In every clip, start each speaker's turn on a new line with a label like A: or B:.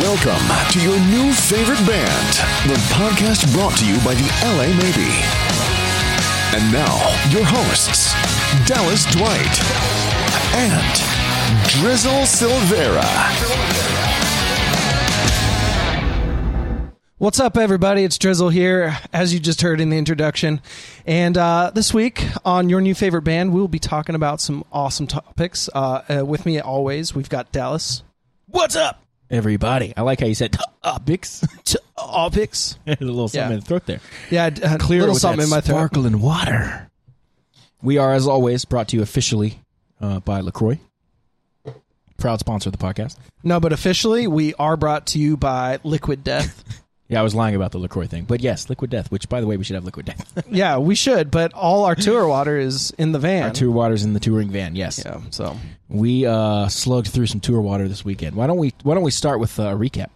A: Welcome to your new favorite band, the podcast brought to you by the LA Maybe. And now, your hosts, Dallas Dwight and Drizzle Silvera.
B: What's up, everybody? It's Drizzle here, as you just heard in the introduction. And uh, this week on Your New Favorite Band, we'll be talking about some awesome topics. Uh, uh, with me, always, we've got Dallas. What's up?
C: everybody. I like how you said topics.
B: Topics.
C: a little something
B: Yeah.
C: in the throat there.
B: Yeah, d- a little something in my throat.
C: Sparkling water. We are, as always, brought to you officially uh, by Lacroix, proud sponsor of the podcast.
B: No, but officially, we are brought to you by Liquid Death.
C: Yeah, I was lying about the Lacroix thing, but yes, Liquid Death. Which, by the way, we should have Liquid Death.
B: yeah, we should, but all our tour water is in the van.
C: Our tour waters in the touring van. Yes,
B: yeah, so
C: we uh, slugged through some tour water this weekend. Why don't we? Why don't we start with uh, a recap?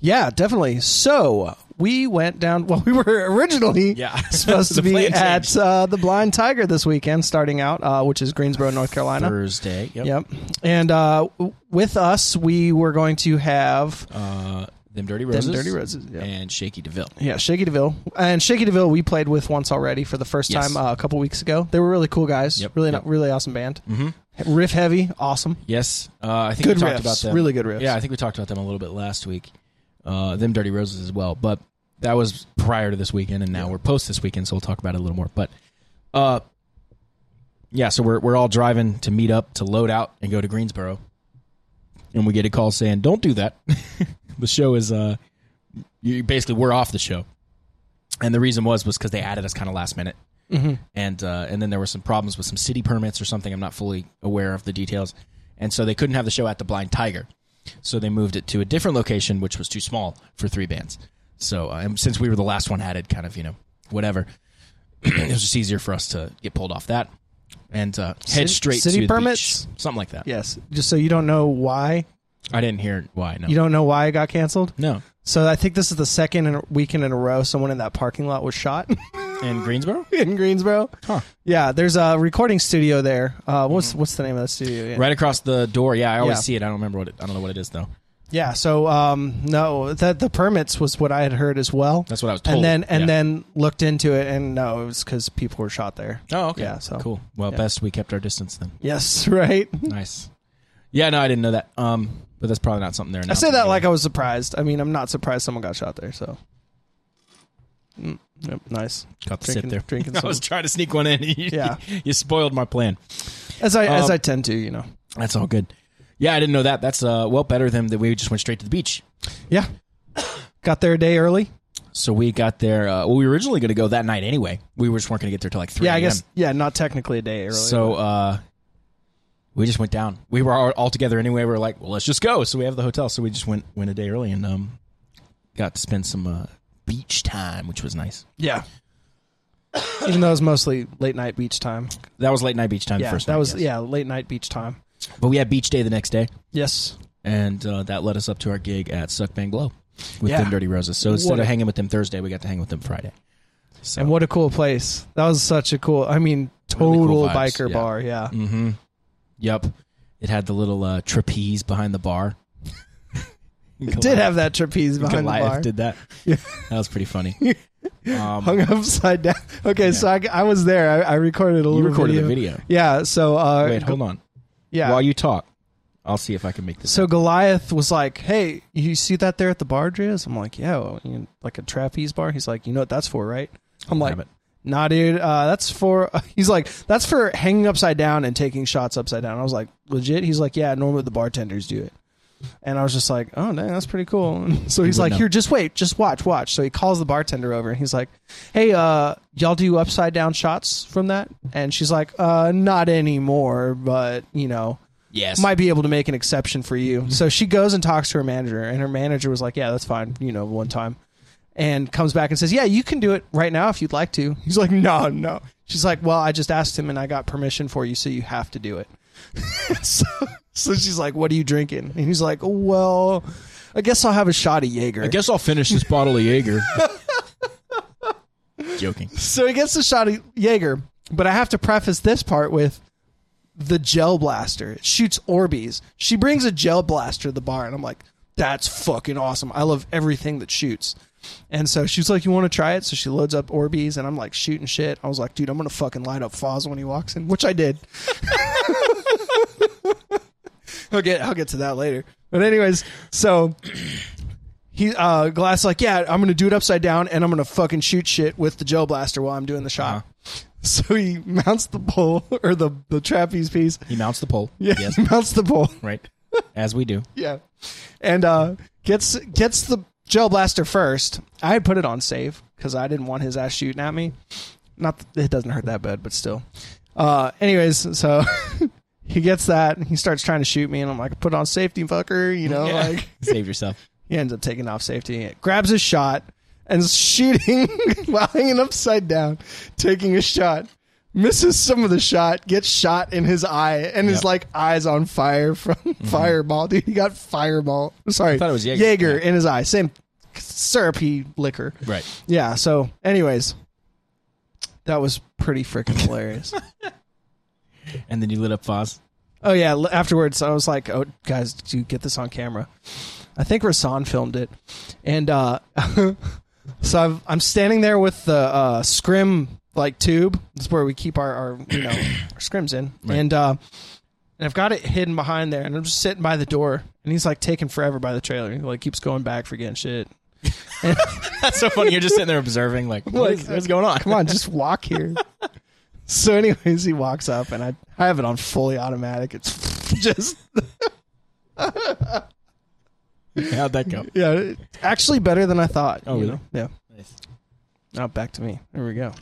B: yeah, definitely. So we went down. Well, we were originally
C: Yeah.
B: supposed to
C: The
B: be
C: plan
B: at
C: changed.
B: uh, the Blind Tiger this weekend, starting out, uh, which is Greensboro, North Carolina.
C: Thursday. Yep.
B: Yep. And uh, w- with us, we were going to have
C: Uh, them dirty roses.
B: Dirty Roses, yep.
C: And Shaky Deville.
B: yeah Shaky Deville and Shaky Deville. We played with once already for the first
C: Yes.
B: time uh, a couple weeks ago. They were really cool guys.
C: Yep,
B: Really,
C: yep.
B: really awesome band. Mm-hmm. Riff heavy, awesome.
C: Yes, uh, I think
B: Good
C: we
B: riffs.
C: talked about them.
B: Really good riffs.
C: Yeah, I think we talked about them a little bit last week. Uh, them Dirty Roses as well, but that was prior to this weekend, and now we're post this weekend, so we'll talk about it a little more. But uh, yeah, so we're we're all driving to meet up to load out and go to Greensboro, and we get a call saying, "Don't do that." the show is uh, you basically we're off the show, and the reason was was because they added us kind of last minute
B: Mm-hmm.
C: and uh, and then there were some problems with some city permits or something. I'm not fully aware of the details, and so they couldn't have the show at the Blind Tiger, so they moved it to a different location, which was too small for three bands. So uh, and since we were the last one added, kind of you know whatever, it was just easier for us to get pulled off that and uh, head
B: City-
C: straight
B: city
C: to the
B: permits?
C: beach. something like that.
B: Yes. Just so you don't know why
C: I didn't hear why. No,
B: you don't know why it got canceled.
C: no,
B: So I think this is the second in- weekend in a row someone in that parking lot was shot
C: in Greensboro,
B: in Greensboro.
C: Huh.
B: Yeah, there's a recording studio there. Uh, what's what's the name of the studio? Yeah.
C: Mm. right across the door. Yeah, I always
B: Yeah.
C: see it. I don't remember what it. I don't know what it is though.
B: Yeah. So um, no, that the permits was what I had heard as well.
C: That's what I was told,
B: And then and
C: yeah.
B: then looked into it, and no, it was because people were shot there.
C: Oh, okay.
B: Yeah, Hmm. so-
C: cool. Well, best we kept our distance then.
B: Yes, right.
C: Nice. Yeah, no, I didn't know that. Um, but that's probably not something there.
B: I say that like I was surprised. I mean, I'm not surprised someone got shot there. So. Mm, yep, nice.
C: got to
B: drinking-
C: sit there
B: drinking
C: I was
B: some-
C: trying to sneak one in. You,
B: Yeah.
C: you spoiled my plan.
B: As I as
C: Um,
B: I tend to, you know.
C: That's all good. Yeah, I didn't know that. That's uh, well better than that. We just went straight to the beach.
B: Yeah. Got there a day early.
C: So we got there. Uh, well, we were originally going to go that night anyway. We were just weren't going to get there till like three.
B: Yeah, I
C: a.m.
B: guess. Yeah, not technically a day early.
C: So uh, we just went down. We were all, all together anyway. We were like, well, let's just go. So we have the hotel. So we just went went a day early and um, got to spend some uh, beach time, which was nice.
B: yeah. Even though it was mostly late night beach time.
C: That was late night beach time. the
B: Yeah,
C: first
B: that
C: night,
B: was
C: yes.
B: yeah late night beach time.
C: But we had beach day the next day.
B: Yes.
C: and uh, that led us up to our gig at Suck Bang Blow with
B: Yeah.
C: them Dirty Roses. So instead
B: What a-
C: of hanging with them Thursday, we got to hang with them Friday. So
B: And what a cool place. That was such a cool, I mean, total
C: cool vibes,
B: biker
C: yeah. Mm,
B: bar. Yeah.
C: Yep, it had the little uh, trapeze behind the bar.
B: It did have that trapeze behind the
C: Goliath
B: bar.
C: did that. That was pretty funny. Um,
B: Hung upside down. Okay, so I, I was there. I, I recorded a little
C: recorded
B: video.
C: the video.
B: Yeah. So, uh,
C: Wait, hold on.
B: yeah.
C: While you talk, I'll see if I can make this.
B: so Goliath was like, "Hey, you see that there at the bar, Driz?" I'm like, "Yeah, well, you know, like a trapeze bar." He's like, "You know what that's for, right?" I'm like,
C: Grab it.
B: "Nah, dude. Uh, that's for." He's like, "That's for hanging upside down and taking shots upside down." I was like, "Legit?" He's like, "Yeah, normally the bartenders do it." And I was just like, "Oh, dang, that's pretty cool." And so he's
C: would
B: like,
C: know.
B: "Here, just wait, just watch, watch." So he calls the bartender over and he's like, "Hey, uh, y'all do upside down shots from that?" And she's like, "Uh, not anymore, but you know."
C: yes,
B: might be able to make an exception for you. So she goes and talks to her manager, and her manager was like, Yeah, that's fine, you know, one time. And comes back and says, Yeah, you can do it right now if you'd like to. He's like, No, no. She's like, Well, I just asked him and I got permission for you, so you have to do it. so, so she's like, What are you drinking? And he's like, Well, I guess I'll have a shot of Jaeger.
C: I guess I'll finish this bottle of Jaeger. Joking.
B: so he gets a shot of Jaeger, but I have to preface this part with the gel blaster. It shoots Orbeez. She brings a gel blaster to the bar, and I'm like, that's fucking awesome. I love everything that shoots. And so she's like, You want to try it? So she loads up Orbeez, and I'm like shooting shit. I was like, Dude, I'm going to fucking light up Foz when he walks in, which I did. I'll get, I'll get to that later. But, anyways, so he, uh, Glass, like, Yeah, I'm going to do it upside down, and I'm going to fucking shoot shit with the gel blaster while I'm doing the shot. So he mounts the pole or the, the trapeze piece.
C: He mounts the pole.
B: Yeah,
C: Yes.
B: he mounts the pole.
C: Right. As we do.
B: Yeah, and uh, gets gets the gel blaster first. I had put it on save because I didn't want his ass shooting at me. Not that it doesn't hurt that bad, but still. Uh, anyways, so he gets that and he starts trying to shoot me, and I'm like, put on safety, fucker. You know, like
C: Save yourself.
B: he ends up taking off safety, grabs his shot, and is shooting while hanging upside down, taking a shot. Misses some of the shot, gets shot in his eye, and his
C: Yep. Mm-hmm.
B: like eyes on fire from fireball. Dude, he got fireball. Sorry,
C: thought it was Jaeger. Yeah.
B: in his eye. Same syrupy liquor.
C: Right.
B: Yeah. So, anyways, that was pretty freaking hilarious.
C: And then you lit up Foz.
B: Oh yeah. l- Afterwards, I was like, "Oh, guys, did you get this on camera?" I think Rasan filmed it, and uh, so I've, I'm standing there with the uh, scrim like tube. That's where we keep our, our you know our scrims in,
C: Right.
B: and uh, and I've got it hidden behind there, and I'm just sitting by the door, and he's like taking forever by the trailer. He like keeps going back, forgetting shit.
C: That's so funny. You're just sitting there observing, like, what is, what's going on?
B: Come on, just walk here. so, anyways, he walks up, and I, I have it on fully automatic. It's just
C: How'd that go?
B: Yeah, it- actually better than I thought.
C: Oh,
B: you
C: really?
B: know? Yeah. Now back to me. There we go.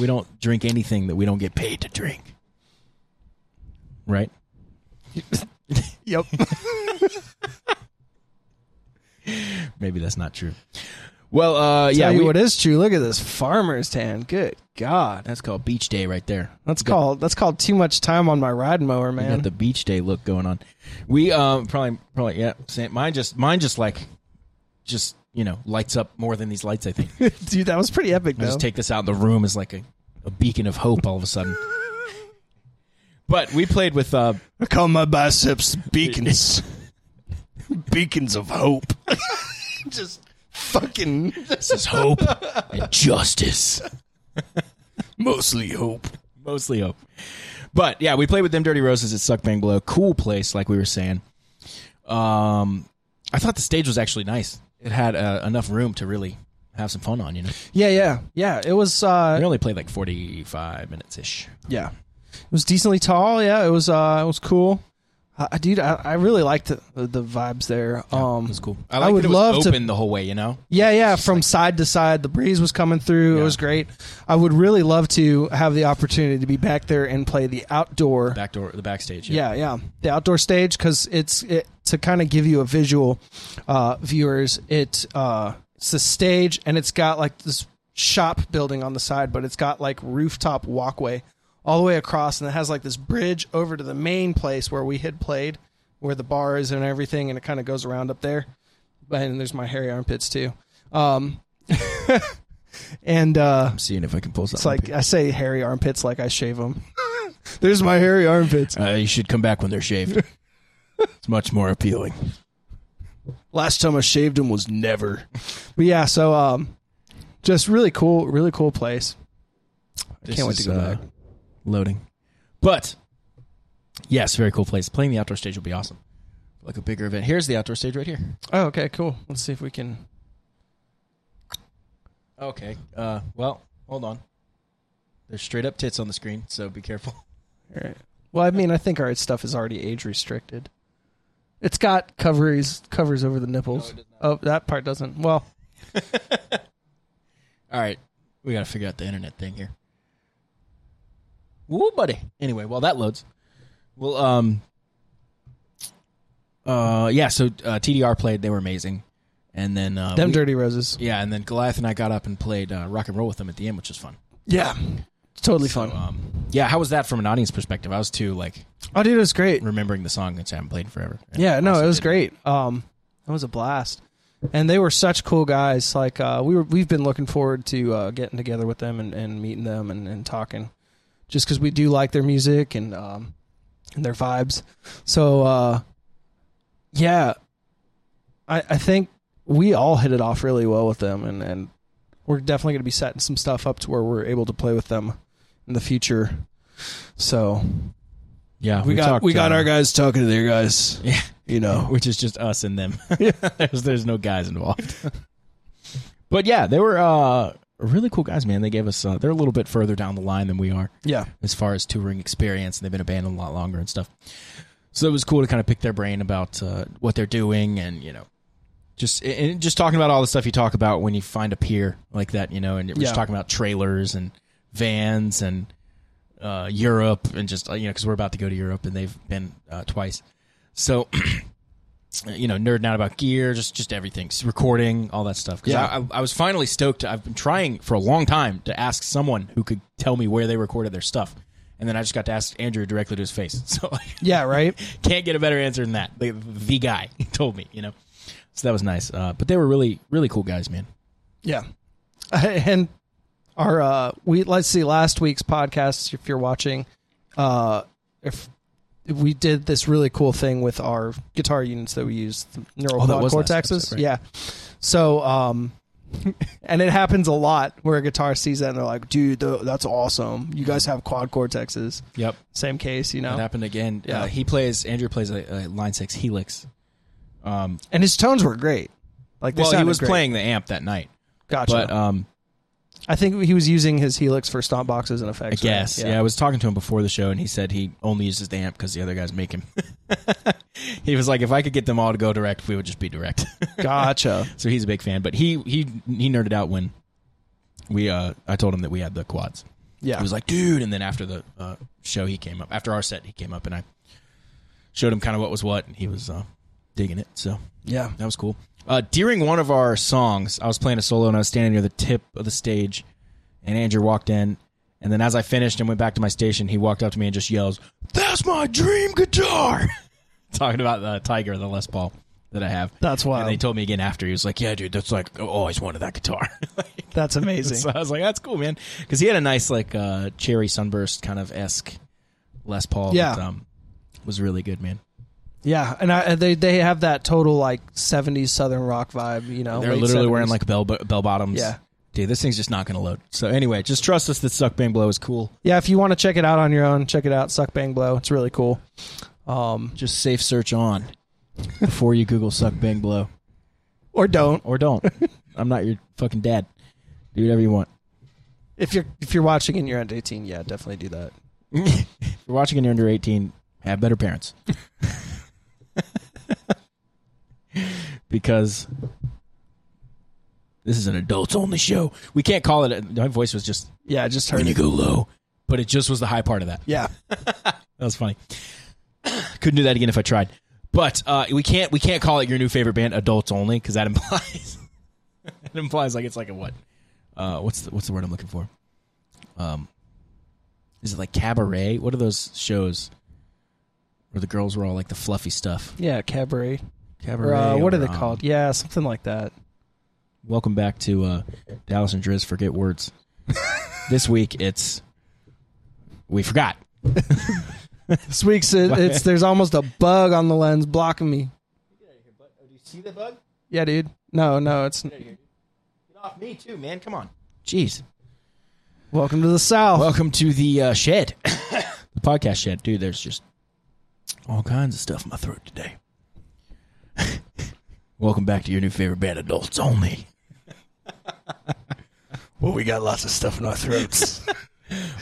C: We don't drink anything that we don't get paid to drink. Right?
B: Yep.
C: Maybe that's not true. Well, uh, yeah.
B: Tell you
C: we-
B: what is true. Look at this farmer's tan. Good God.
C: that's called beach day right there.
B: That's
C: You got-
B: called that's called too much time on my ride mower,
C: you got
B: man.
C: the beach day look going on. We um probably probably yeah. Same, mine just mine just like just you know lights up more than these lights. I think.
B: Dude, that was pretty epic
C: I
B: though.
C: just take this out in the room as like a, a beacon of hope all of a sudden. but we played with uh
B: I call my biceps beacons. beacons of hope. just fucking
C: this is hope and justice.
B: mostly hope.
C: Mostly hope. But yeah, we played with them dirty roses at Suck Bang Blow. Cool place, like we were saying. Um I thought the stage was actually nice. It had uh, enough room to really have some fun on, you know.
B: Yeah, yeah. Yeah. It was uh
C: We only played like forty five minutes ish.
B: Yeah, it was decently tall. Yeah, it was. Uh, it was cool. I, I- dude, I, I really liked the, the, the vibes there. Um,
C: It was cool.
B: I,
C: I, liked
B: would
C: that it was
B: love
C: open
B: to.
C: the whole way, you know.
B: Yeah, yeah. From side to side, the breeze was coming through. It
C: Yeah.
B: was great. I would really love to have the opportunity to be back there and play the outdoor.
C: Back door, the backstage.
B: yeah, yeah, the outdoor stage because it's it, to kind of give you a visual, uh, viewers. It uh, it's the stage and it's got like this shop building on the side, but it's got like rooftop walkway all the way across, and it has like this bridge over to the main place where we had played, where the bar is and everything, and it kind of goes around up there. And there's my hairy armpits too. Um, and uh,
C: I'm seeing if I can pull something.
B: it's like I say hairy armpits like I shave them. there's my hairy armpits.
C: Uh, you should come back when they're shaved. it's much more appealing.
B: last time I shaved him was never. But yeah, so um, just really cool, really cool place.
C: This
B: Can't wait to
C: is,
B: go
C: uh,
B: back.
C: Loading, but yes, very cool place. Playing the outdoor stage will be awesome. Like a bigger event. Here's the outdoor stage right here.
B: Oh, okay, cool. Let's see if we can.
C: Okay. Uh, well, hold on. There's straight up tits on the screen, so be careful.
B: All right. Well, I mean, I think our stuff is already age restricted. It's got covers covers over the nipples. oh, that part doesn't. Well,
C: All right, we got to figure out the internet thing here. Woo, buddy. Anyway, while that loads, well, um, uh, yeah. So uh, TDR played; they were amazing, and then uh,
B: them
C: we-
B: dirty roses.
C: yeah, and then Goliath and I got up and played uh, rock and roll with them at the end, which was fun.
B: Yeah, it's totally
C: So,
B: fun.
C: um, yeah, how was that from an audience perspective? I was too like
B: oh, dude, it was great.
C: remembering the song which I haven't played in forever. And
B: Yeah, no,
C: also
B: it was
C: did-
B: great. Um, it was a blast, and they were such cool guys. Like uh, we were, we've been looking forward to uh, getting together with them and, and meeting them and, and talking, just because we do like their music and um, and their vibes. So, uh, yeah, I, I think we all hit it off really well with them, and, and we're definitely going to be setting some stuff up to where we're able to play with them in the future. So
C: Yeah,
B: we, got
C: talked,
B: we got
C: uh,
B: our guys talking to their guys.
C: Yeah.
B: you know.
C: which is just us and them. there's there's no guys involved. but yeah, they were uh, really cool guys, man. They gave us uh, they're a little bit further down the line than we are
B: Yeah,
C: as far as touring experience, and they've been a band a lot longer and stuff. So it was cool to kind of pick their brain about uh, what they're doing, and you know, just and just talking about all the stuff you talk about when you find a peer like that, you know, and we're
B: Yeah.
C: just talking about trailers and vans and uh, Europe and just uh, you know because we're about to go to Europe and they've been uh, twice, so. You know, nerding out about gear, just just everything, s- recording, all that stuff. Because
B: Yeah.
C: I, I, I was finally stoked. I've been trying for a long time to ask someone who could tell me where they recorded their stuff, and then I just got to ask Andrew directly to his face. So like,
B: yeah, right.
C: can't get a better answer than that. The, the guy told me, you know. So that was nice. Uh, but they were really, really cool guys, man.
B: Yeah. And our uh we let's see last week's podcast if you're watching uh if we did this really cool thing with our guitar units that we use the neural
C: Oh, that
B: quad
C: was last
B: cortexes.
C: episode, right.
B: Yeah. So um and it happens a lot where a guitar sees that and they're like, "Dude, tho- that's awesome. You guys have quad cortexes."
C: Yep.
B: Same case, you
C: It
B: know.
C: happened again.
B: Yeah.
C: Uh, he plays. Andrew plays a, a line six helix. Um,
B: And his tones were great. Like they
C: well, he
B: sounded
C: was
B: great.
C: playing the amp that night,
B: Gotcha.
C: but um,
B: I think he was using his Helix for stomp boxes and effects.
C: I guess yeah. I was talking to him before the show, and he said he only uses the amp because the other guys make him. he was like, if I could get them all to go direct, we would just be direct.
B: Gotcha.
C: so he's a big fan. But he he he nerded out when we uh I told him that we had the quads.
B: Yeah.
C: He was like, dude. And then after the uh, show, he came up. After our set, he came up and I showed him kind of what was what, and he was uh, digging it. So
B: yeah.
C: that was cool. Uh, during one of our songs, I was playing a solo and I was standing near the tip of the stage, and Andrew walked in. And then as I finished and went back to my station, he walked up to me and just yells, "That's my dream guitar!" Talking about the Tiger, the Les Paul that I have.
B: That's wild.
C: And he told me again after. He was like, "Yeah, dude, that's like I always wanted that guitar." Like,
B: That's amazing.
C: so I was like, "That's cool, man," because he had a nice like uh, cherry sunburst kind of esque Les Paul.
B: Yeah.
C: that, um, was really good, man.
B: Yeah, and I, they they have that total like '70s southern rock vibe. You know,
C: They're
B: Oh, late
C: literally
B: 70s.
C: wearing like bell bell bottoms.
B: Yeah.
C: Dude, this thing's just not going to load. So anyway, just trust us that Suck Bang Blow is cool.
B: yeah. If you want to check it out on your own, check it out. Suck Bang Blow. It's really cool. Um,
C: Just safe search on before you Google Suck Bang Blow
B: or don't
C: or don't. I'm not your fucking dad. Do whatever you want.
B: if you're if you're watching and you're under 18, yeah, definitely do that.
C: if you're watching and you're under 18, have better parents. because this is an adults only show. We can't call it. A, my voice was just
B: Yeah, I just
C: when
B: heard.
C: you
B: It.
C: go low, but it just was the high part of that.
B: Yeah,
C: That was funny. Couldn't do that again if I tried. But uh, we can't we can't call it your new favorite band adults only because that implies it implies like it's like a what uh, what's the, what's the word I'm looking for um is it like cabaret what are those shows where the girls were all like the fluffy stuff
B: yeah, cabaret.
C: cabaret
B: Or, uh, what are
C: or,
B: they
C: um,
B: called? Yeah, something like that.
C: welcome back to uh, Dallas and Driz forget words this week it's we forgot
B: This week's it, it's there's almost a bug on the lens blocking me.
C: Oh, see the bug
B: Yeah, dude. No, no, it's
C: off me too man come on jeez
B: welcome to the South.
C: Welcome to the uh, shed, the podcast shed, dude. There's just all kinds of stuff in my throat today. Welcome back to your new favorite band, Adults Only.
B: well, we got lots of stuff in our throats,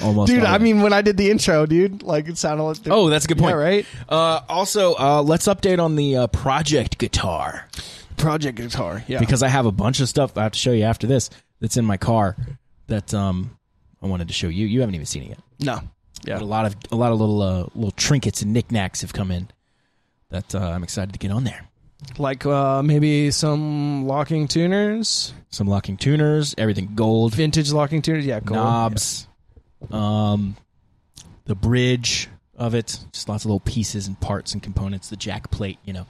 C: Almost,
B: dude.
C: all
B: I
C: of it.
B: mean, when I did the intro, dude, like it sounded like
C: oh, that's a good point,
B: Yeah, right?
C: Uh, also, uh, let's update on the uh, project guitar
B: Project Guitar. Yeah.
C: because I have a bunch of stuff I have to show you after this that's in my car that um I wanted to show you. You haven't even seen it yet.
B: no.
C: But a lot of a lot of little uh, little trinkets and knickknacks have come in that uh, I'm excited to get on there.
B: Like uh, maybe some locking tuners,
C: Some locking tuners, everything gold.
B: vintage locking tuners. Yeah, gold.
C: knobs, um, the bridge of it, just lots of little pieces and parts and components. The jack plate, you know,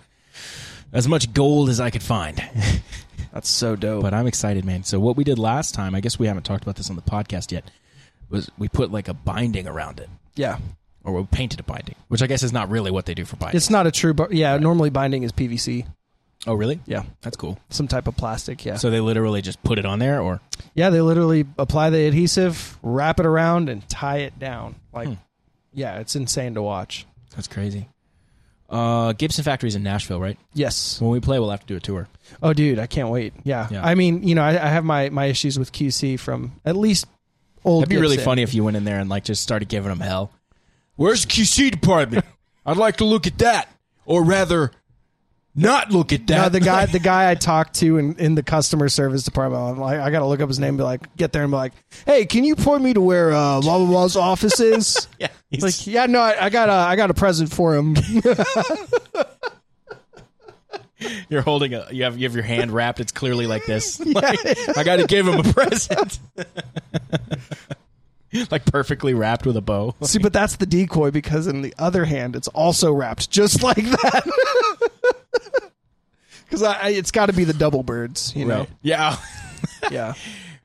C: as much gold as I could find.
B: That's so dope.
C: but I'm excited, man. So what we did last time, I guess we haven't talked about this on the podcast yet, was we put like a binding around it,
B: yeah,
C: or we painted a binding, which I guess is not really what they do for binding.
B: it's not a true. Bu- yeah, normally binding is PVC.
C: Oh, really?
B: Yeah,
C: That's cool.
B: some type of plastic. Yeah,
C: So they literally just put it on there, or
B: yeah. They literally apply the adhesive, wrap it around, and tie it down. Like,
C: Hmm.
B: yeah, it's insane to watch.
C: that's crazy. Uh, Gibson Factory's in Nashville, right?
B: Yes.
C: When we play, we'll have to do a tour.
B: Oh, dude, I can't wait. Yeah.
C: Yeah.
B: I mean, you know, I, I have my my issues with QC from at least old.
C: That'd be really
B: Gibson.
C: funny if you went in there and like just started giving them hell. Where's QC department? I'd like to look at that, or rather, not look at
B: No, the guy, the guy I talked to in, in the customer service department, I'm like, I gotta look up his name, and be like, get there and be like, hey, can you point me to where uh, blah blah blah's office is?
C: yeah,
B: It's like, yeah, no, I, I got a, I got a present for him.
C: you're holding a you have you have your hand wrapped. It's clearly like this. Like, I got to give him a present, like perfectly wrapped with a bow.
B: See, but that's the decoy because in the other hand, it's also wrapped just like that. Because I, I, it's got to be the double birds, you know?
C: Yeah.
B: Yeah.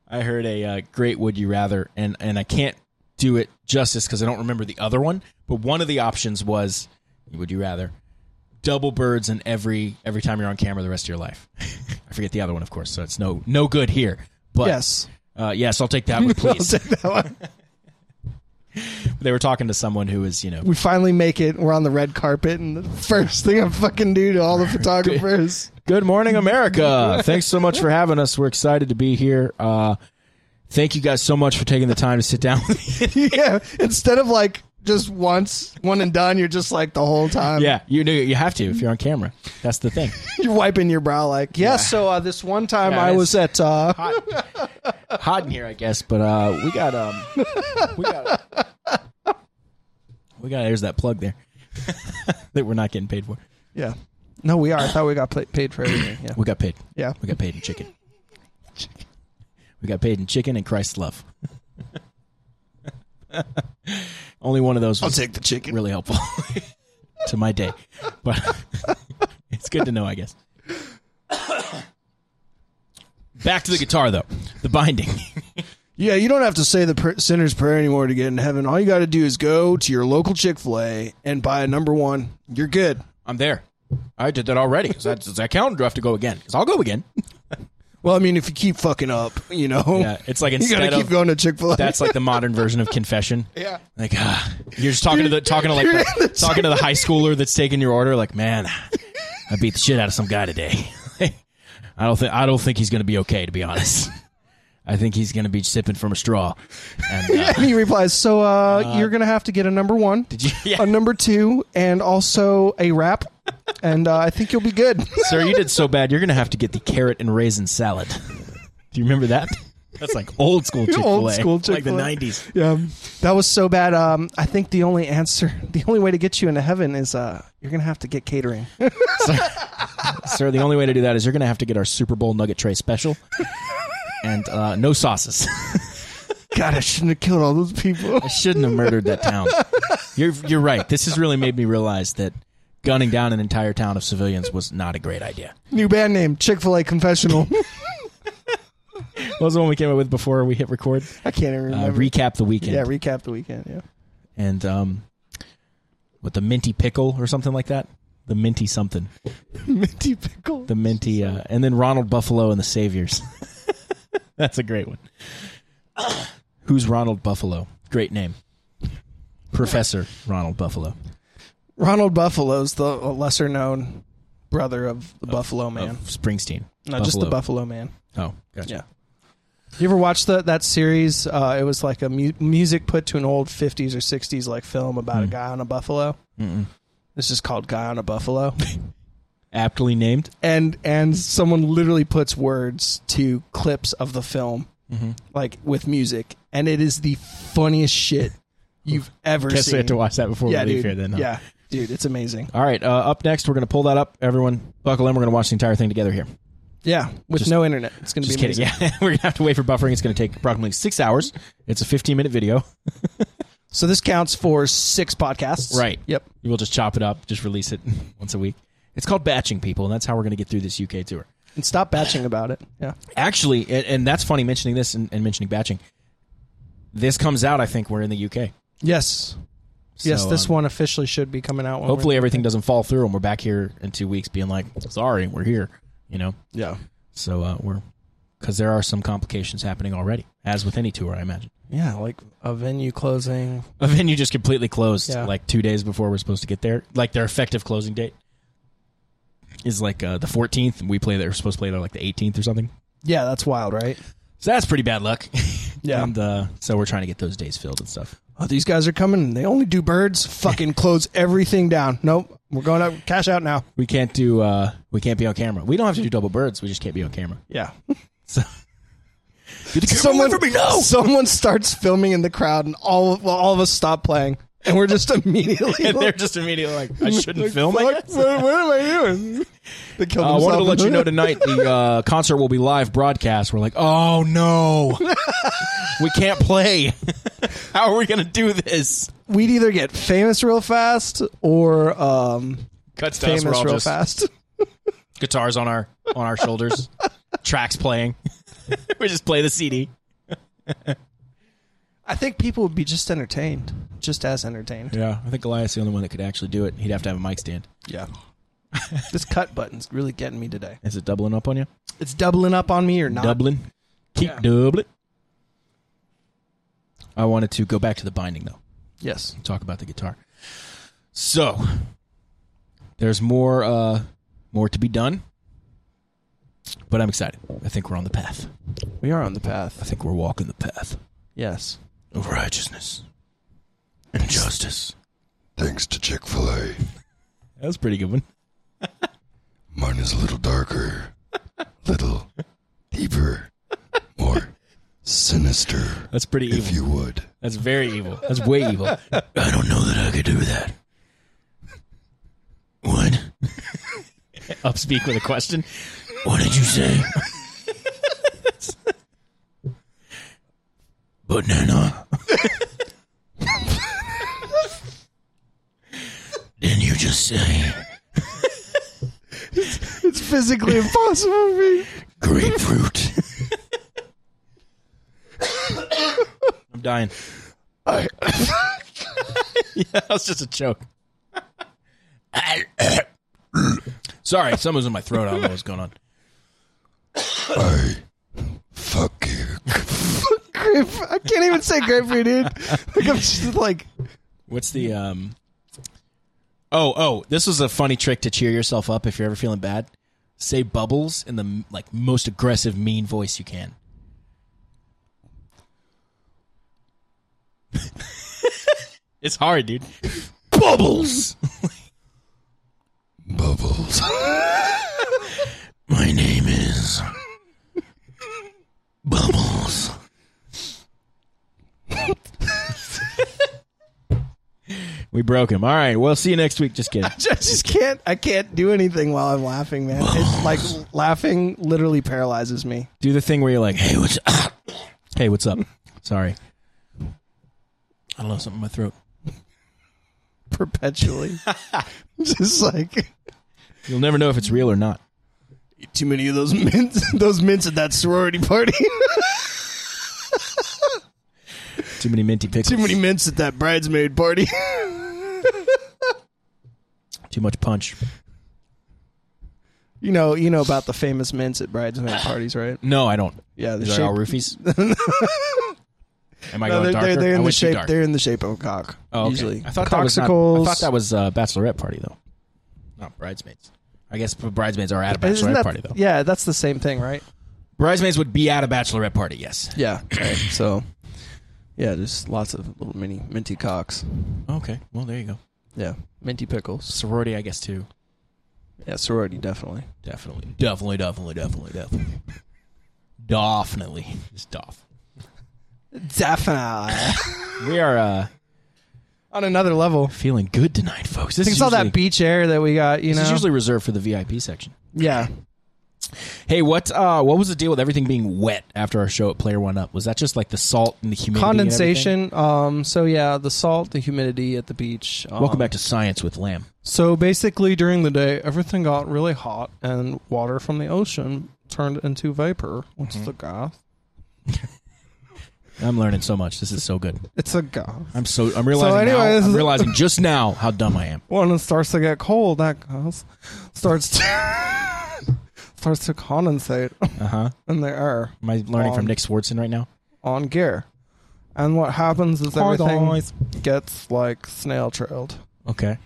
C: I heard a uh, great "Would You Rather," and and I can't do it justice because I don't remember the other one. But one of the options was "Would you rather" double birds and every every time you're on camera the rest of your life. I forget the other one, of course, so it's no no good here. But
B: Yes.
C: uh, yes, I'll take that one,
B: I'll
C: please.
B: take that one.
C: they were talking to someone who was you know
B: We finally make it. We're on the red carpet, and the first thing I fucking do to all the photographers.
C: Good morning, America. Thanks so much for having us. We're excited to be here. Uh, thank you guys so much for taking the time to sit down with me.
B: yeah. Instead of like just once, one and done, you're just like the whole time.
C: yeah, you knew you have to if you're on camera. That's the thing.
B: You're wiping your brow like, yeah, so uh, this one time
C: Yeah,
B: I
C: it's-
B: was at. Uh,
C: hot, hot in here, I guess. But uh, we got um, we got we got. There's that plug there that we're not getting paid for.
B: yeah. No, we are. I thought we got pla- paid for everything. Yeah.
C: We got paid.
B: Yeah.
C: we got paid in chicken. We got paid in chicken and Christ's love. Only one of those was
B: the chicken.
C: really helpful to my day, but it's good to know, I guess. Back to the guitar, though. The binding.
B: Yeah, you don't have to say the pr- sinner's prayer anymore to get in heaven. All you got to do is go to your local Chick fil A and buy a number one. You're good.
C: I'm there. I did that already. Does that, does that count? Do I have to go again? Because I'll go again.
B: Well, I mean, if you keep fucking up, you know,
C: Yeah, it's like
B: you got to
C: instead
B: keep
C: of
B: going to Chick fil A.
C: that's like the modern version of confession.
B: Yeah.
C: Like ah, you're just talking to the talking to like the, talking to the high schooler that's taking your order. Like man, I beat the shit out of some guy today. I don't think I don't think he's gonna be okay. To be honest, I think he's gonna be sipping from a straw. And, uh,
B: And he replies, So uh, you're going to have to get a number one, did
C: you- yeah.
B: a number two, and also a wrap. and uh, I think you'll be good.
C: Sir, you did so bad. You're gonna have to get the carrot and raisin salad. Do you remember that? That's like old school Chick Fil A,
B: Old school
C: like the
B: Chick-fil-A.
C: '90s.
B: yeah. That was so bad. Um, I think the only answer, the only way to get you into heaven is uh, you're going to have to get catering.
C: Sir, the only way to do that is you're going to have to get our Super Bowl nugget tray special and uh, no sauces.
B: God, I shouldn't have killed all those people.
C: I shouldn't have murdered that town. You're, you're right. This has really made me realize that gunning down an entire town of civilians was not a great idea.
B: New band name, Chick fil A Confessional.
C: What was the one we came up with before we hit record?
B: I can't even
C: Uh,
B: remember.
C: recap the weekend.
B: yeah, recap the weekend. Yeah.
C: and um, with the minty pickle or something like that. The minty something.
B: Minty pickle.
C: The minty. Uh, and then Ronald Buffalo and the Saviors. That's a great one. Who's Ronald Buffalo? Great name. Professor Ronald Buffalo.
B: Ronald Buffalo's the lesser known brother of the Buffalo Man.
C: of Springsteen.
B: no, just the Buffalo Man.
C: Oh, gotcha.
B: Yeah. You ever watch the, that series? Uh, it was like a mu- music put to an old 50s or 60s like film about a guy on a buffalo.
C: Hmm. Mm-mm.
B: This is called Guy on a Buffalo.
C: Aptly named.
B: and and someone literally puts words to clips of the film
C: Mm-hmm.
B: like with music and it is the funniest shit you've ever
C: Guess
B: seen.
C: we have to watch that before
B: yeah,
C: we leave
B: dude.
C: here. Then, huh?
B: Yeah. Dude, it's amazing.
C: All right. Uh, up next, we're gonna pull that up. Everyone, buckle in. We're gonna watch the entire thing together here.
B: Yeah, with
C: Just-
B: no internet. It's going to be
C: Just
B: amazing.
C: kidding. Yeah, we're gonna have to wait for buffering. It's gonna take approximately six hours. It's a 15 minute video.
B: So this counts for 6 podcasts.
C: Right.
B: Yep.
C: We'll just chop it up. Just release it once a week. It's called batching, people, and that's how we're gonna get through this UK tour.
B: And stop batching about it. Yeah.
C: Actually, and, and that's funny mentioning this and, and mentioning batching. This comes out. I think we're in the UK.
B: Yes. yes,
C: So,
B: this
C: um,
B: one officially should be coming out. When
C: Hopefully everything doesn't fall through and we're back here in two weeks being like, sorry, we're here. You know,
B: we're, yeah,
C: so uh, we're because there are some complications happening already, as with any tour, I imagine.
B: yeah, like a venue closing.
C: A venue just completely closed
B: Yeah.
C: like two days before we're supposed to get there. Like their effective closing date is like uh, the 14th. And we play there. We're supposed to play there like the 18th or something.
B: Yeah, that's wild, right?
C: So that's pretty bad luck.
B: Yeah.
C: and uh, so we're trying to get those days filled and stuff.
B: Oh, these guys are coming. and They only do birds. Fucking close everything down. Nope, we're going up. Cash out now.
C: We can't do. Uh, we can't be on camera. We don't have to do double birds. We just can't be on camera.
B: Yeah.
C: So. Get the camera
B: Someone,
C: away from me! No!
B: someone starts filming in the crowd, and all well, all of us stop playing, and we're just immediately.
C: And they're just immediately like, I shouldn't film. I
B: Fuck,
C: guess.
B: what, what am I doing? They killed
C: I wanted to
B: themselves.
C: let you know tonight the uh, concert will be live broadcast. We're like, oh no, we can't play. How are we going to do this?
B: We'd either get famous real fast or um,
C: Cuts to us.
B: famous
C: We're all
B: real
C: just
B: fast.
C: guitars on our on our shoulders, tracks playing. we just play the CD.
B: I think people would be just entertained, just as entertained.
C: Yeah, I think Elias the only one that could actually do it. He'd have to have a mic stand.
B: Yeah. this cut button's really getting me today.
C: Is it doubling up on you?
B: It's doubling up on me or not?
C: Dublin. Keep
B: Yeah.
C: Dublin. I wanted to go back to the binding though.
B: Yes.
C: talk about the guitar. So there's more uh more to be done. But I'm excited. I think we're on the path.
B: We are on the
C: I
B: path.
C: think we're walking the path
B: Yes.
C: of righteousness and justice.
D: Thanks to Chick fil A.
C: That was a pretty good one.
D: Mine is a little darker, little deeper, more sinister,
C: That's pretty
D: if
C: evil.
D: you would.
C: That's very evil. That's way evil. I don't know that I could do that. What? Upspeak with a question. What did you say? but Nana. Didn't you just say
B: It's physically impossible for me.
D: Grapefruit.
C: I'm dying? yeah, that was just a joke. Sorry, something was in my throat. I don't know what's going on.
D: I fuck you.
B: Grape, I can't even say grapefruit, dude. Like, I'm just like,
C: What's the um? Oh, oh, this was a funny trick to cheer yourself up if you're ever feeling bad. Say bubbles in the like most aggressive, mean voice you can. it's hard, dude. Bubbles.
D: Bubbles.
C: My name is Bubbles. we broke him. All right. Well, see you next week. Just kidding.
B: I just can't, I can't do anything while I'm laughing, man. It's like laughing literally paralyzes me.
C: Do the thing where you're like, "Hey, what's Hey, what's up? Sorry. I don't know, something in my throat.
B: perpetually. Just like
C: You'll never know if it's real or not.
B: too many of those mints, those mints at that sorority party.
C: Too many minty pickles.
B: too many mints at that bridesmaid party.
C: Too much punch.
B: you know, you know about the famous mints at bridesmaid parties, right?
C: No, I don't.
B: Yeah, the
C: Is that
B: shape-
C: all roofies? Am I
B: No,
C: going
B: they're,
C: darker?
B: they're, they're
C: I
B: in the
C: went too
B: shape.
C: dark.
B: They're in the shape of a cock.
C: Oh, okay.
B: Usually,
C: I thought that was not-
B: cocksicles.
C: I thought that was uh, bachelorette party though, not bridesmaids. I guess bridesmaids are at a
B: Isn't
C: bachelorette
B: that-
C: party though.
B: Yeah, that's the same thing, right?
C: Bridesmaids would be at a bachelorette party. Yes.
B: Yeah. Right. so, yeah, there's lots of little mini minty cocks.
C: Okay. Well, there you go.
B: Yeah, minty pickles.
C: Sorority, I guess too.
B: Yeah, sorority definitely.
C: Definitely. Definitely. Definitely. Definitely. Definitely. Definitely. Just doff.
B: Definitely.
C: We are uh,
B: On another level.
C: feeling good tonight, folks.
B: I
C: This
B: think
C: is
B: it's all
C: usually,
B: that beach air that we got, you
C: This
B: know.
C: is usually reserved for the VIP section.
B: yeah.
C: Hey, what uh, what was the deal with everything being wet after our show at Player One Up? Was that just like the salt and the humidity? and everything?
B: Condensation. Um so yeah, the salt, the humidity at the beach. Um,
C: Welcome back to Science with Lamb.
B: So basically during the day everything got really hot and water
C: Mm-hmm.
B: from the ocean turned into vapor. What's the gas?
C: I'm learning so much. This is so good.
B: It's a goth.
C: I'm so I'm realizing
B: anyway,
C: now,
B: this
C: I'm
B: is-
C: realizing just now how dumb I am.
B: When it starts to get cold, that goth starts to starts to condensate
C: Uh huh.
B: in the air
C: Am I learning
B: Um,
C: from Nick Swartzen right now?
B: on gear. And what happens is
C: Hi,
B: everything
C: guys.
B: gets like snail trailed.
C: Okay.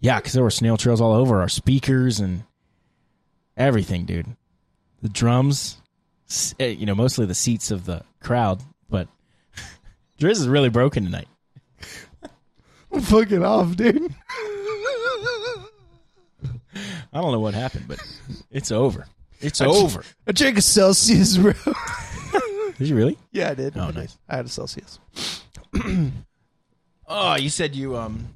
C: Yeah, because there were snail trails all over our speakers and everything, dude. The drums, s- eh, you know, mostly the seats of the crowd, but Driz is really broken tonight.
B: Fucking off, dude.
C: I don't know what happened, but it's over. It's over.
B: I drink a Celsius, bro.
C: Did you really?
B: yeah, I did.
C: Oh, nice.
B: I had a Celsius.
C: Oh, you said you um.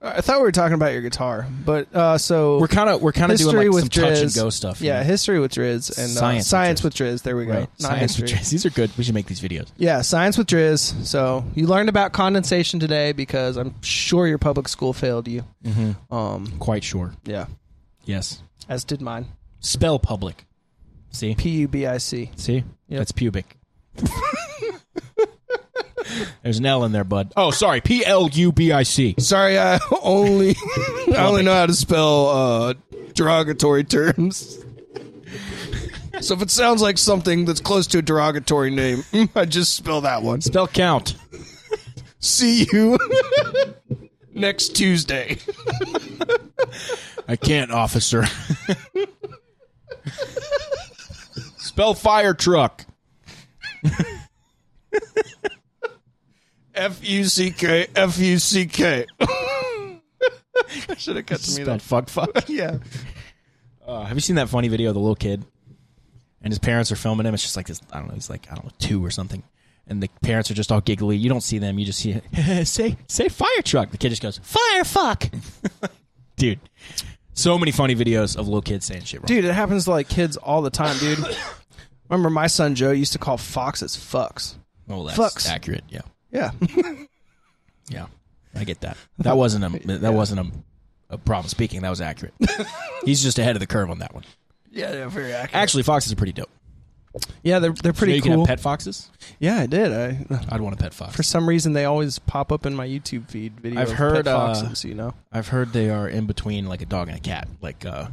B: I thought we were talking about your guitar, but uh, so
C: We're kind of we're kind of doing
B: history
C: like
B: with
C: some touch and
B: Driz.
C: go stuff. you
B: Yeah,
C: know?
B: history with Driz and uh,
C: Science
B: science,
C: with
B: with, Driz. There we go.
C: right.
B: Not
C: Science with
B: history.
C: Driz. These are good. We should make these videos.
B: Yeah, science with Driz. So you learned about condensation today because I'm sure your public school failed you.
C: Mm-hmm.
B: Um,
C: Quite sure.
B: yeah,
C: Yes.
B: as did mine.
C: Spell public. See.
B: P U B I C.
C: See?
B: Yep.
C: That's pubic. There's an L in there, bud. Oh, sorry. P L U B I C.
B: Sorry, I only I only know how to spell uh, derogatory terms. So if it sounds like something that's close to a derogatory name, I just spell that one.
C: Spell count.
B: See you next Tuesday.
C: I can't, officer. Spell fire truck.
B: F U C K F U C K. Should have cut to me
C: Spell
B: that.
C: fuck fuck.
B: Yeah.
C: Uh, have you seen that funny video of the little kid? And his parents are filming him. It's just like this. I don't know. He's like I don't know two or something. And the parents are just all giggly. You don't see them. You just see say say fire truck. The kid just goes fire fuck. Dude, so many funny videos of little kids saying shit wrong.
B: Dude, it happens to like kids all the time, dude. Remember my son Joe used to call foxes fucks.
C: oh, that's
B: fucks.
C: accurate. Yeah,
B: Yeah.
C: yeah. I get that. That wasn't a that wasn't a, a problem speaking. That was accurate. He's just ahead of the curve on that one.
B: Yeah, they're very accurate.
C: Actually, foxes are pretty dope.
B: Yeah, they're they're
C: So
B: pretty
C: you can
B: cool.
C: have pet foxes.
B: yeah, I did. I
C: I'd want a pet fox.
B: for some reason they always pop up in my YouTube feed videos.
C: I've
B: of
C: heard,
B: pet
C: uh,
B: foxes, you know.
C: I've heard they are in between like a dog and a cat, like uh,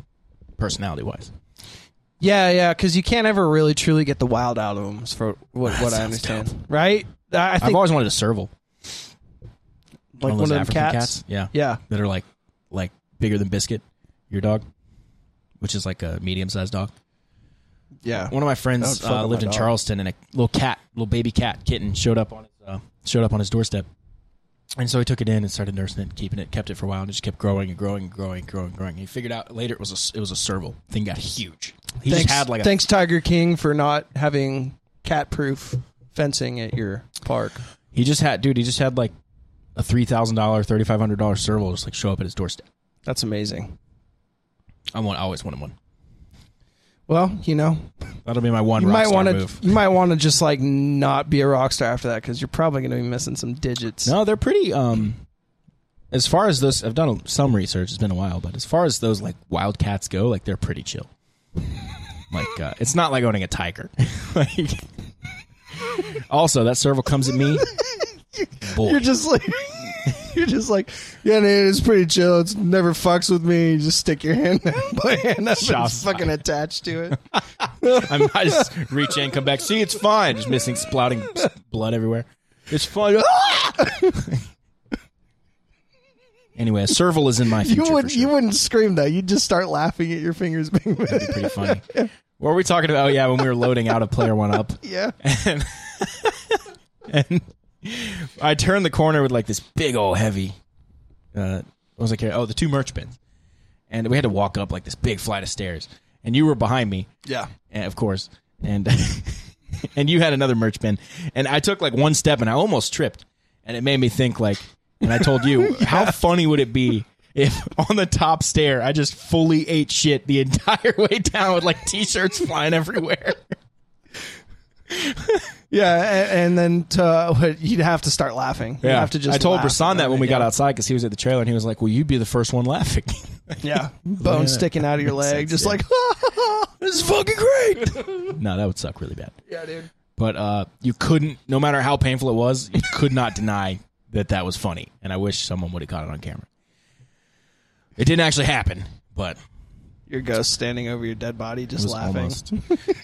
C: personality wise.
B: Yeah, yeah, because you can't ever really truly get the wild out of them, for what, what I
C: sounds
B: understand, right? I I think
C: I've always wanted a serval,
B: like
C: of
B: one of
C: those
B: them
C: African
B: cats.
C: Yeah,
B: Yeah,
C: that are like like bigger than Biscuit, your dog, which is like a medium sized dog.
B: yeah.
C: One of my friends
B: That would fuck
C: uh,
B: up
C: lived
B: my
C: in
B: dog.
C: Charleston, and a little cat, little baby cat kitten, showed up on his uh, showed up on his doorstep, and so he took it in and started nursing it, keeping it, kept it for a while, and it just kept growing and growing and growing and growing and growing. He figured out later it was a s- it was a serval. Thing got huge. He
B: thanks,
C: just had like a
B: thanks Tiger King for not having cat-proof fencing at your park.
C: He just had, dude. He just had like a three thousand dollar, thirty five hundred dollar servo just like show up at his doorstep.
B: That's amazing.
C: I want. I always wanted one.
B: Well, you know,
C: That'll be my one.
B: you
C: rock
B: might
C: star
B: want to
C: move.
B: you might want to just like not be a rock star after that because you're probably going to be missing some digits.
C: No, they're pretty. Um, as far as those, I've done some research. It's been a while, but as far as those like wildcats go, like they're pretty chill. like uh, it's not like owning a tiger. like, also, that servo comes at me. Boy,
B: You're just like you're just like yeah, man, it's pretty chill. It's never fucks with me. You just stick your hand and play hand up and
C: Shots
B: it's fucking attached to it.
C: I'm, I just reach in, come back. See, it's fine. Just missing, spouting s- blood everywhere. It's fine. Ah! anyway, a serval is in my future.
B: You would
C: for sure.
B: you wouldn't scream though. You'd just start laughing at your fingers being
C: That'd be pretty funny. What were we talking about? Oh yeah, when we were loading out of player one up,
B: yeah.
C: and I turned the corner with like this big old heavy. Uh, what was I carrying? Oh, the two merch bins, and we had to walk up like this big flight of stairs, and you were behind me.
B: Yeah.
C: and Eh, of course, and and you had another merch bin, and I took like one step and I almost tripped, and it made me think like, and I told you how funny would it be if on the top stair I just fully ate shit the entire way down with like t-shirts flying everywhere.
B: Yeah, and, and then to, what- you'd have to start laughing. You'd have to just
C: I told
B: laugh
C: Rasan that
B: about
C: when
B: it,
C: we got
B: yeah.
C: outside because he was at the trailer and he was like, "Will you be the first one laughing?"
B: Yeah. Bone sticking out of your leg
C: sense,
B: just
C: yeah.
B: like this is fucking great.
C: no, that would suck really bad.
B: yeah, dude.
C: But uh, you couldn't, no matter how painful it was, you could not deny that that was funny. And I wish someone would have caught it on camera. It didn't actually happen, but
B: Your ghost standing over your dead body,
C: it
B: just
C: was
B: laughing.
C: almost.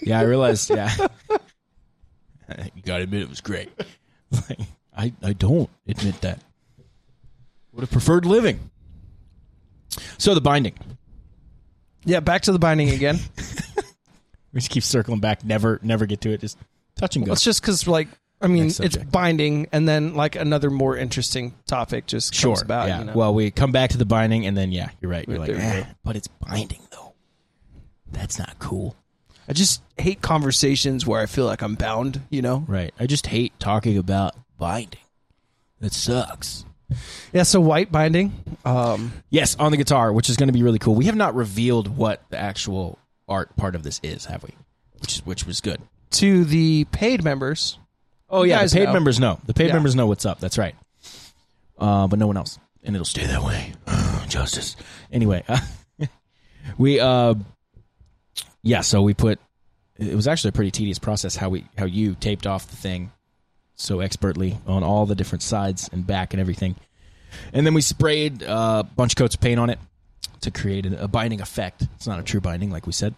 C: yeah, I realized. Yeah, you gotta admit it was great. Like, I I don't admit that. Would have preferred living. So the binding.
B: Yeah, back to the binding again.
C: We just keep circling back. Never never get to it. Just touch and go.
B: it's just because, like, I mean,
C: Next
B: it's
C: subject.
B: binding, and then like another more interesting topic just
C: sure.
B: comes about.
C: yeah.
B: you know?
C: Well, we come back to the binding, and then yeah, you're right. You're
B: Right
C: like,
B: there we
C: "Ah, but it's binding though. That's not cool.
B: I just hate conversations where I feel like I'm bound. You know?
C: Right. I just hate talking about binding. That sucks.
B: Yeah. So white binding. Um,
C: Yes, on the guitar, which is going to be really cool. We have not revealed what the actual art part of this is, have we? Which which was good.
B: to the paid members,
C: Oh
B: You
C: yeah,
B: guys
C: the paid
B: know.
C: members know. The paid
B: Yeah.
C: members know what's up. That's right. Uh, but no one else, and it'll stay that way. Uh, Justice. Anyway, we uh, yeah. So we put. It was actually a pretty tedious process how we how you taped off the thing so expertly on all the different sides and back and everything, and then we sprayed uh, bunch coats of paint on it to create a, a binding effect. It's not a true binding, like we said.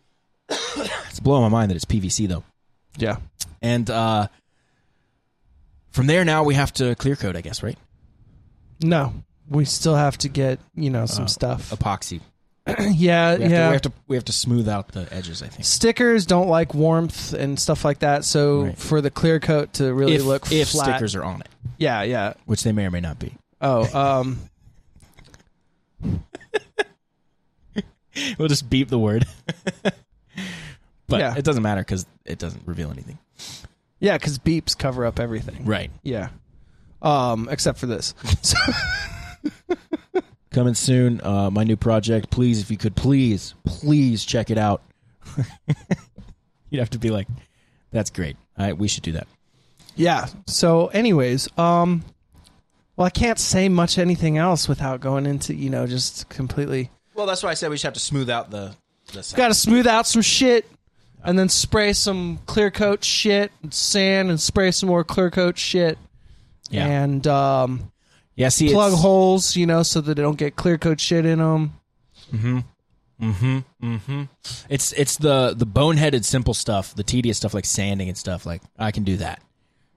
C: it's blowing my mind that it's PVC though.
B: yeah,
C: And uh, from there, now we have to clear code, I guess, right?
B: no, we still have to get you know some
C: Uh,
B: stuff.
C: Epoxy.
B: yeah,
C: We have,
B: yeah.
C: to, we have to we have to smooth out the edges. I think.
B: stickers don't like warmth and stuff like that. So
C: Right.
B: for the clear coat to really
C: if
B: look
C: if
B: flat,
C: stickers are on it,
B: yeah, yeah.
C: which they may or may not be.
B: Oh, um,
C: We'll just beep the word. but
B: Yeah.
C: it doesn't matter because it doesn't reveal anything.
B: yeah, because beeps cover up everything.
C: Right.
B: Yeah. Um, except for this. So-
C: Coming soon, uh, my new project. Please, if you could, please, please check it out. You'd have to be like, "That's great. I, we should do that."
B: yeah. So, anyways, um, well, I can't say much anything else without going into you know just completely.
C: Well, that's why I said we just have to smooth out the. the
B: Got to smooth out some shit, and then spray some clear coat shit and sand, and spray some more clear coat shit,
C: yeah.
B: and um,
C: yeah. See,
B: plug
C: it's-
B: holes, you know, so that they don't get clear coat shit in them.
C: It's it's the the boneheaded simple stuff, the tedious stuff like sanding and stuff. Like I can do that.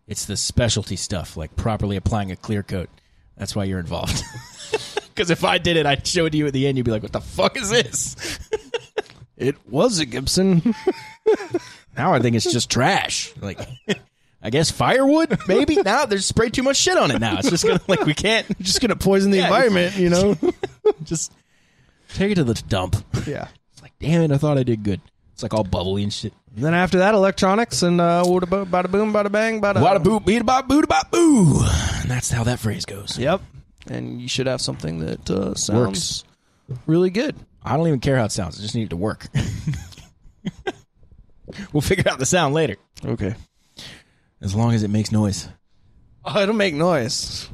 C: It's the specialty stuff, like properly applying a clear coat. That's why you're involved. Because if I did it, I'd show it to you at the end. You'd be like, "What the fuck is this?"
B: It was a Gibson.
C: Now I think it's just trash. Like, I guess firewood. Maybe now there's spray too much shit on it. Now it's just gonna like we can't
B: Just gonna poison the
C: Yeah.
B: environment, you know.
C: just take it to the dump.
B: yeah.
C: It's like, damn it, I thought I did good. It's like all bubbly and shit.
B: Then after that, electronics and uh, wada bo- bada boom, bada bang, bada.
C: Wada boo, beat a bop, boo, bop, boo. And that's how that phrase goes.
B: Yep. And you should have something that uh, sounds really good.
C: I don't even care how it sounds. I just need it to work. we'll figure out the sound later.
B: Okay.
C: As long as it makes noise.
B: Oh, it'll make noise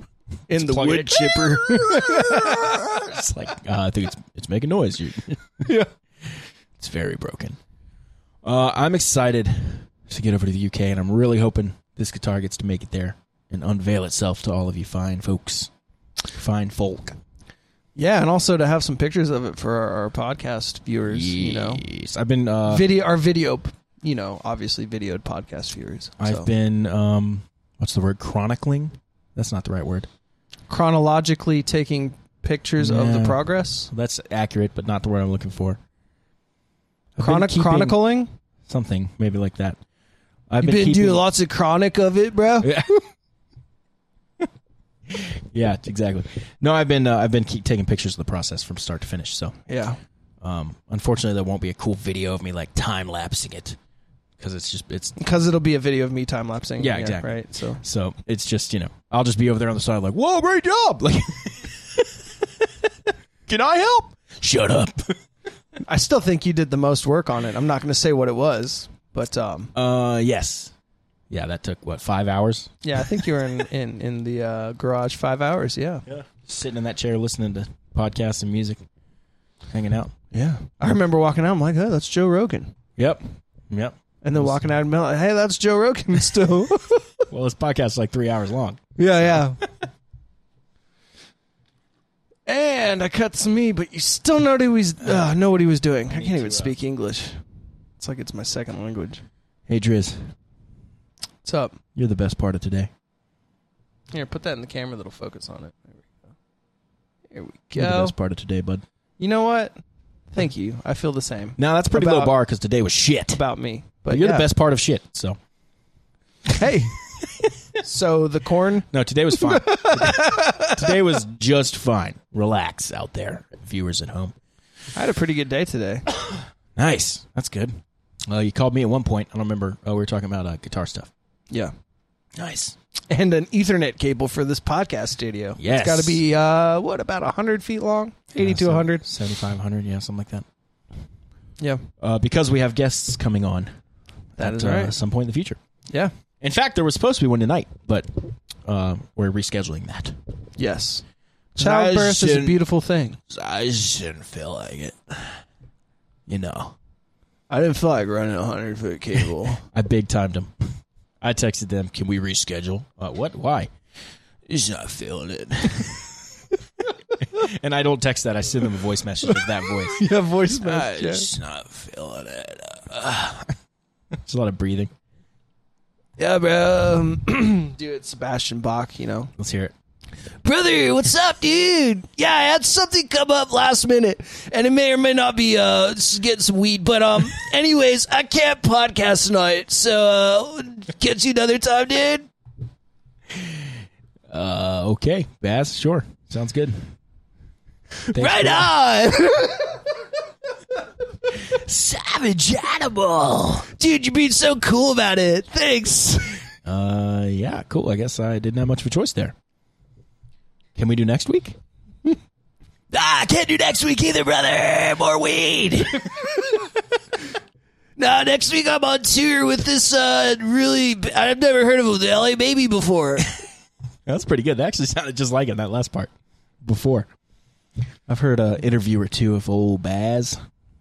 B: in the
C: plug it
B: wood
C: in.
B: chipper.
C: It's like, uh, I think it's, it's making noise. You-
B: yeah.
C: it's very broken. Uh, I'm excited to get over to the UK, and I'm really hoping this guitar gets to make it there and unveil itself to all of you fine folks. Fine folk.
B: Yeah, and also to have some pictures of it for our, our podcast viewers. You know,
C: Yes. I've been. Uh,
B: video our video. You know, obviously videoed podcast viewers.
C: I've
B: So.
C: been. Um, what's the word? Chronicling? That's not the right word.
B: chronologically taking pictures of the
C: Yeah.
B: progress.
C: That's accurate, but not the word I'm looking for. I've been
B: Chronic,
C: keeping
B: chronicling.
C: something, maybe like that. I've
B: You've been,
C: keeping,
B: doing lots of chronic of it, bro.
C: Yeah. yeah, exactly. No, I've been uh, I've been keep taking pictures of the process from start to finish. So,
B: Yeah.
C: um, unfortunately, there won't be a cool video of me like time lapsing it because it's just it's
B: Because it'll be a video of me time lapsing.
C: Yeah, exactly.
B: Right. So
C: so it's just you know I'll just be over there on the side like whoa great job like can I help? Shut up.
B: I still think you did the most work on it. I'm not going to say what it was, but um,
C: Uh, yes. Yeah, that took what five hours.
B: yeah, I think you were in in in the uh, garage five hours. Yeah.
C: Yeah. Sitting in that chair listening to podcasts and music, hanging out.
B: Yeah. I remember walking out. I'm like, oh, that's Joe Rogan.
C: Yep. Yep.
B: and then walking out and being like, hey, that's Joe Rogan still.
C: Well, this podcast is like three hours long.
B: yeah, yeah. and I cut some me, but you still know what he was uh, know what he was doing. I can't even speak English. It's like it's my second language.
C: Hey, Driz,
B: What's up?
C: you're the best part of today.
B: Here, put that in the camera that'll focus on it. There we go. Here
C: You're the
B: we go.
C: best part of today, bud.
B: You know what? Thank you. I feel the same
C: Now that's pretty low
B: About-
C: bar because today was shit.
B: about me.
C: but
B: But
C: you're
B: yeah.
C: the best part of shit. So
B: Hey. so the corn.
C: no, today was fine. today, today was just fine. Relax out there, viewers at home.
B: I had a pretty good day today.
C: Nice, that's good. Uh, you called me at one point. I don't remember. Oh, we were talking about uh, guitar stuff.
B: Yeah.
C: Nice.
B: And an Ethernet cable for this podcast studio.
C: Yes.
B: It's got to be, uh, what, about 100 feet long? 80 to 100.
C: 7500 Uh, yeah something like that
B: Yeah.
C: uh, because we have guests coming on
B: That
C: at
B: is
C: uh,
B: right.
C: some point in the future
B: Yeah.
C: in fact there was supposed to be one tonight but uh, we're rescheduling that
B: Yes. Childbirth is a
C: shouldn't-
B: beautiful thing.
C: i shouldn't feel like it you know
B: I didn't feel like running a 100 foot cable.
C: i big timed them i texted them can we reschedule uh, what why he's not feeling it and i don't text that i send them a voice message of that voice
B: yeah, voice message. yeah.
C: he's not feeling it it's a lot of breathing
B: Yeah, bro. Um, dude, it's Sebastian Bach, you know.
C: let's hear it
B: Brother, what's up, dude? Yeah, I had something come up last minute, and it may or may not be uh s- getting some weed, but um, anyways, I can't podcast tonight, so uh, catch you another time, dude.
C: Uh, okay, Bass. Sure, sounds good. Thanks
B: Right
C: for-
B: on. Savage animal, dude, you're being so cool about it. Thanks.
C: Uh, yeah, cool. I guess I didn't have much of a choice there. Can we do next week?
B: Ah, can't do next week either, brother. More weed. no, next week I'm on tour with this uh really I've never heard of him, the LA Baby before.
C: That's pretty good. That actually sounded just like it. That last part before. I've heard an interview or two of old Baz.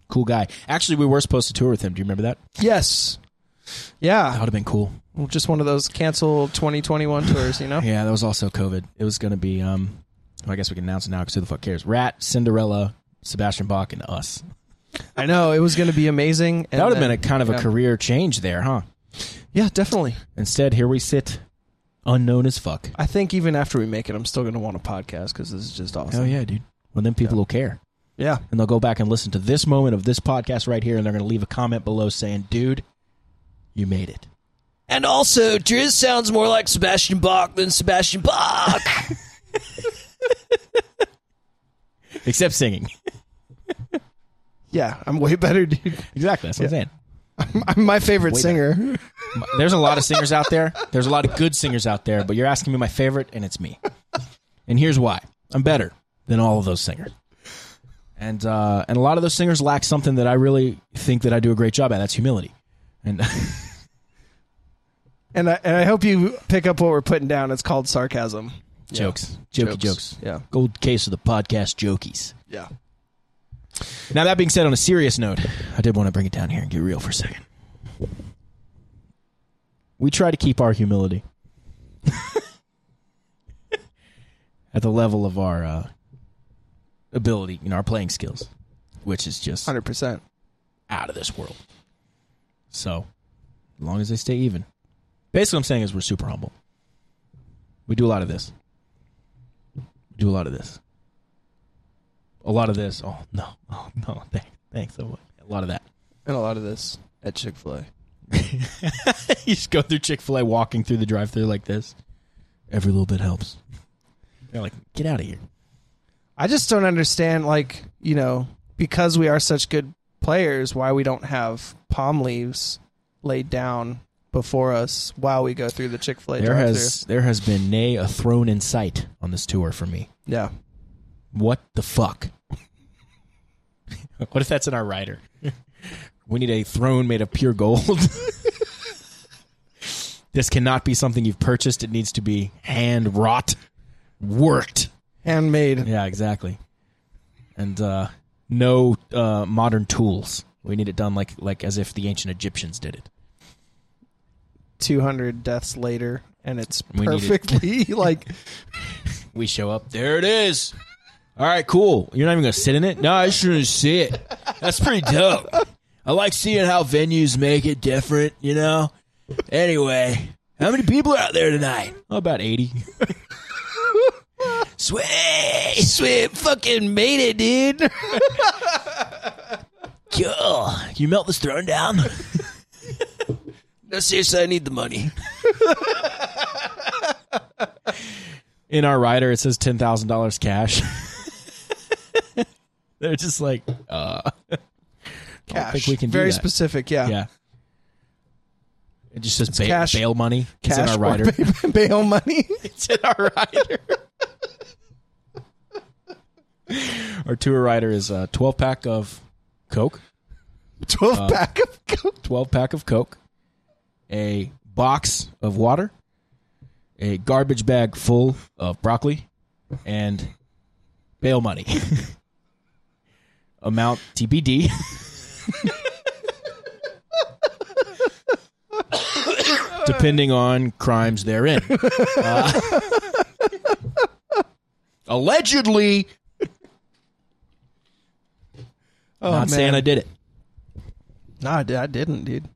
C: Cool guy. Actually, we were supposed to tour with him. Do you remember that?
B: Yes.
C: That
B: Yeah,
C: would have been cool.
B: just one of those cancel 2021 tours, you know.
C: Yeah, that was also COVID. It was going to be. Um, well, I guess we can announce it now because who the fuck cares? Rat, Cinderella, Sebastian Bach, and us.
B: I know it was going to be amazing.
C: That would have been a kind of
B: yeah.
C: a career change there, huh?
B: yeah, definitely.
C: Instead, here we sit, unknown as fuck.
B: I think even after we make it, I'm still going to want a podcast because this is just awesome.
C: Hell yeah, dude. Well, then people will care.
B: yeah,
C: And they'll go back and listen to this moment of this podcast right here, and they're going to leave a comment below saying, dude, you made it.
B: And also, Driz sounds more like Sebastian Bach than Sebastian Bach.
C: Except singing.
B: yeah, I'm way better, dude.
C: exactly. That's what I'm
B: I'm my favorite singer.
C: saying. There's a lot of singers out there. There's a lot of good singers out there, but you're asking me my favorite, and it's me. And here's why I'm better than all of those singers. And, uh, and a lot of those singers lack something that I really think that I do a great job at. That's humility. And
B: And I, and I hope you pick up what we're putting down. It's called sarcasm.
C: jokes, jokey jokes.
B: Yeah.
C: Gold case of the podcast jokies.
B: Yeah.
C: Now that being said, on a serious note, I did want to bring it down here and get real for a second. We try to keep our humility at the level of our uh, ability, you know, our playing skills, which is just
B: 100%.
C: out of this world. So, as long as they stay even, basically, what I'm saying is we're super humble. We do a lot of this. We do a lot of this. A lot of this. Oh no! Oh no! Thanks, thanks so much. A lot of that.
B: And a lot of this at Chick fil A.
C: you just go through Chick Fil A, walking through the drive-through like this. Every little bit helps. They're like, get out of here.
B: I just don't understand, like, you know, because we are such good players, why we don't have palm leaves laid down before us while we go through the Chick fil A
C: There
B: drive
C: has there has been nay a throne in sight on this tour for me.
B: Yeah.
C: What the fuck? what if that's in our rider? we need a throne made of pure gold. this cannot be something you've purchased. It needs to be hand wrought, worked.
B: Handmade.
C: Yeah, exactly. And uh, no uh, modern tools. We need it done like like as if the ancient Egyptians did it.
B: 200 deaths later, and it's
C: We need it.
B: perfectly like
C: We show up. There it is. All right, cool. You're not even gonna sit in it? No, I shouldn't see it. That's pretty dope. I like seeing how venues make it different, you know. Anyway, how many people are out there tonight? Oh, about eighty. Sway, swim, fucking made it, dude. cool. You melt this throne down. no, seriously, I need the money. in our rider it says ten thousand dollars cash. They're just like, uh, I don't
B: cash.
C: think we can do
B: Very
C: that.
B: specific, yeah.
C: Yeah, it just says ba-
B: cash-
C: bail money.
B: Cash
C: it's in our
B: or
C: rider.
B: ba- bail money.
C: it's in our rider. our tour rider is a twelve pack of Coke,
B: 12
C: Uh,
B: pack of Coke.
C: twelve pack of Coke, a box of water, a garbage bag full of broccoli, and bail money. Amount TBD. Depending on crimes therein. Uh, allegedly,
B: Oh,
C: not
B: man.
C: saying I did it.
B: No, I, di- I didn't, dude.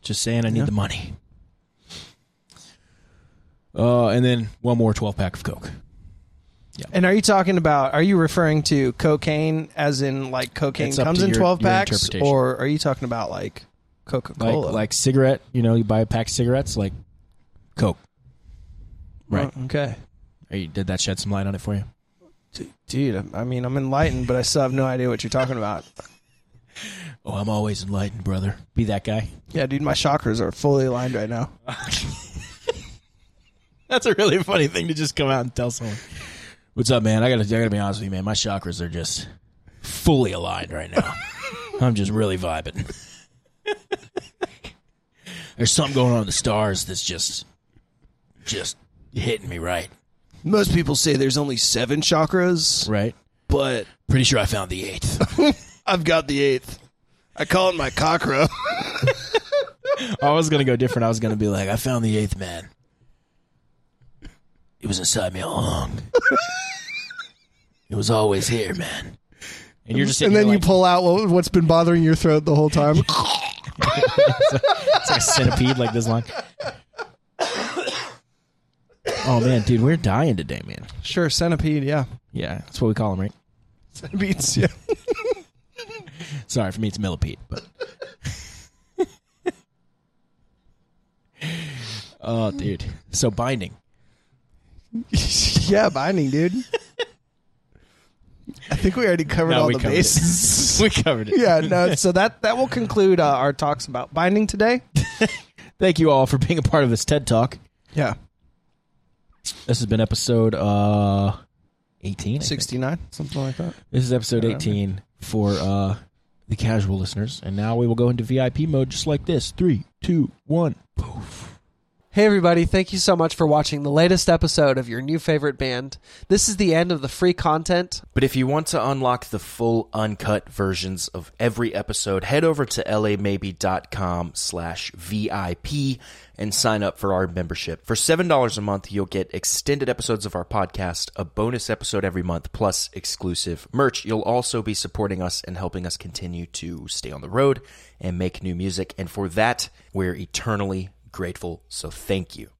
C: Just saying, I need the money. Uh, and then one more twelve pack of Coke.
B: And are you talking about? Are you referring to cocaine, as in like cocaine
C: It's up
B: comes
C: to
B: in
C: your-
B: twelve
C: your
B: packs,
C: interpretation.
B: or are you talking about like Coca
C: Like
B: Cola?
C: like cigarette, you know, you buy a pack of cigarettes, like Coke. Right.
B: Oh, okay,
C: Hey, did that shed some light on it for you?
B: dude. I'm- I mean, I'm enlightened, but I still have no idea what you're talking about.
C: Oh, I'm always enlightened, brother. Be that guy.
B: Yeah, dude, my chakras are fully aligned right now.
C: That's a really funny thing to just come out and tell someone. What's up, man? I gotta, I gotta be honest with you, man. My chakras are just fully aligned right now. I'm just really vibing. There's something going on in the stars that's just, just hitting me right.
B: Most people say there's only seven chakras,
C: Right.
B: but
C: Pretty sure I found the eighth.
B: I've got the eighth. I call it my cockra.
C: I was gonna go different. I was gonna be like, I found the eighth man. It was inside me all along. it was always here, man. And you're just sitting
B: and then
C: there
B: you
C: like-
B: pull out what, what's been bothering your throat the whole time.
C: It's like a centipede, like this line. Oh man, dude, we're dying today, man.
B: sure, centipede. Yeah,
C: Yeah, that's what we call them, right?
B: centipedes. Yeah.
C: Sorry, for me it's millipede, but. oh, dude, so binding.
B: yeah, binding, dude. I think we already covered
C: No,
B: all
C: we
B: the
C: covered it.
B: bases.
C: We covered it.
B: yeah, no. So that that will conclude uh, our talks about binding today.
C: Thank you all for being a part of this TED Talk.
B: Yeah,
C: This has been episode uh, eighteen. I think.
B: sixty nine, something like that.
C: This is episode 18 for uh, the casual listeners. And now we will go into VIP mode just like this. Three, two, one.
E: Hey, everybody, thank you so much for watching the latest episode of your new favorite band. This is the end of the free content.
F: But if you want to unlock the full uncut versions of every episode, head over to lamaybe.com slash VIP and sign up for our membership. For $7 a month, you'll get extended episodes of our podcast, a bonus episode every month, plus exclusive merch. You'll also be supporting us and helping us continue to stay on the road and make new music. And for that, we're eternally grateful. So thank you.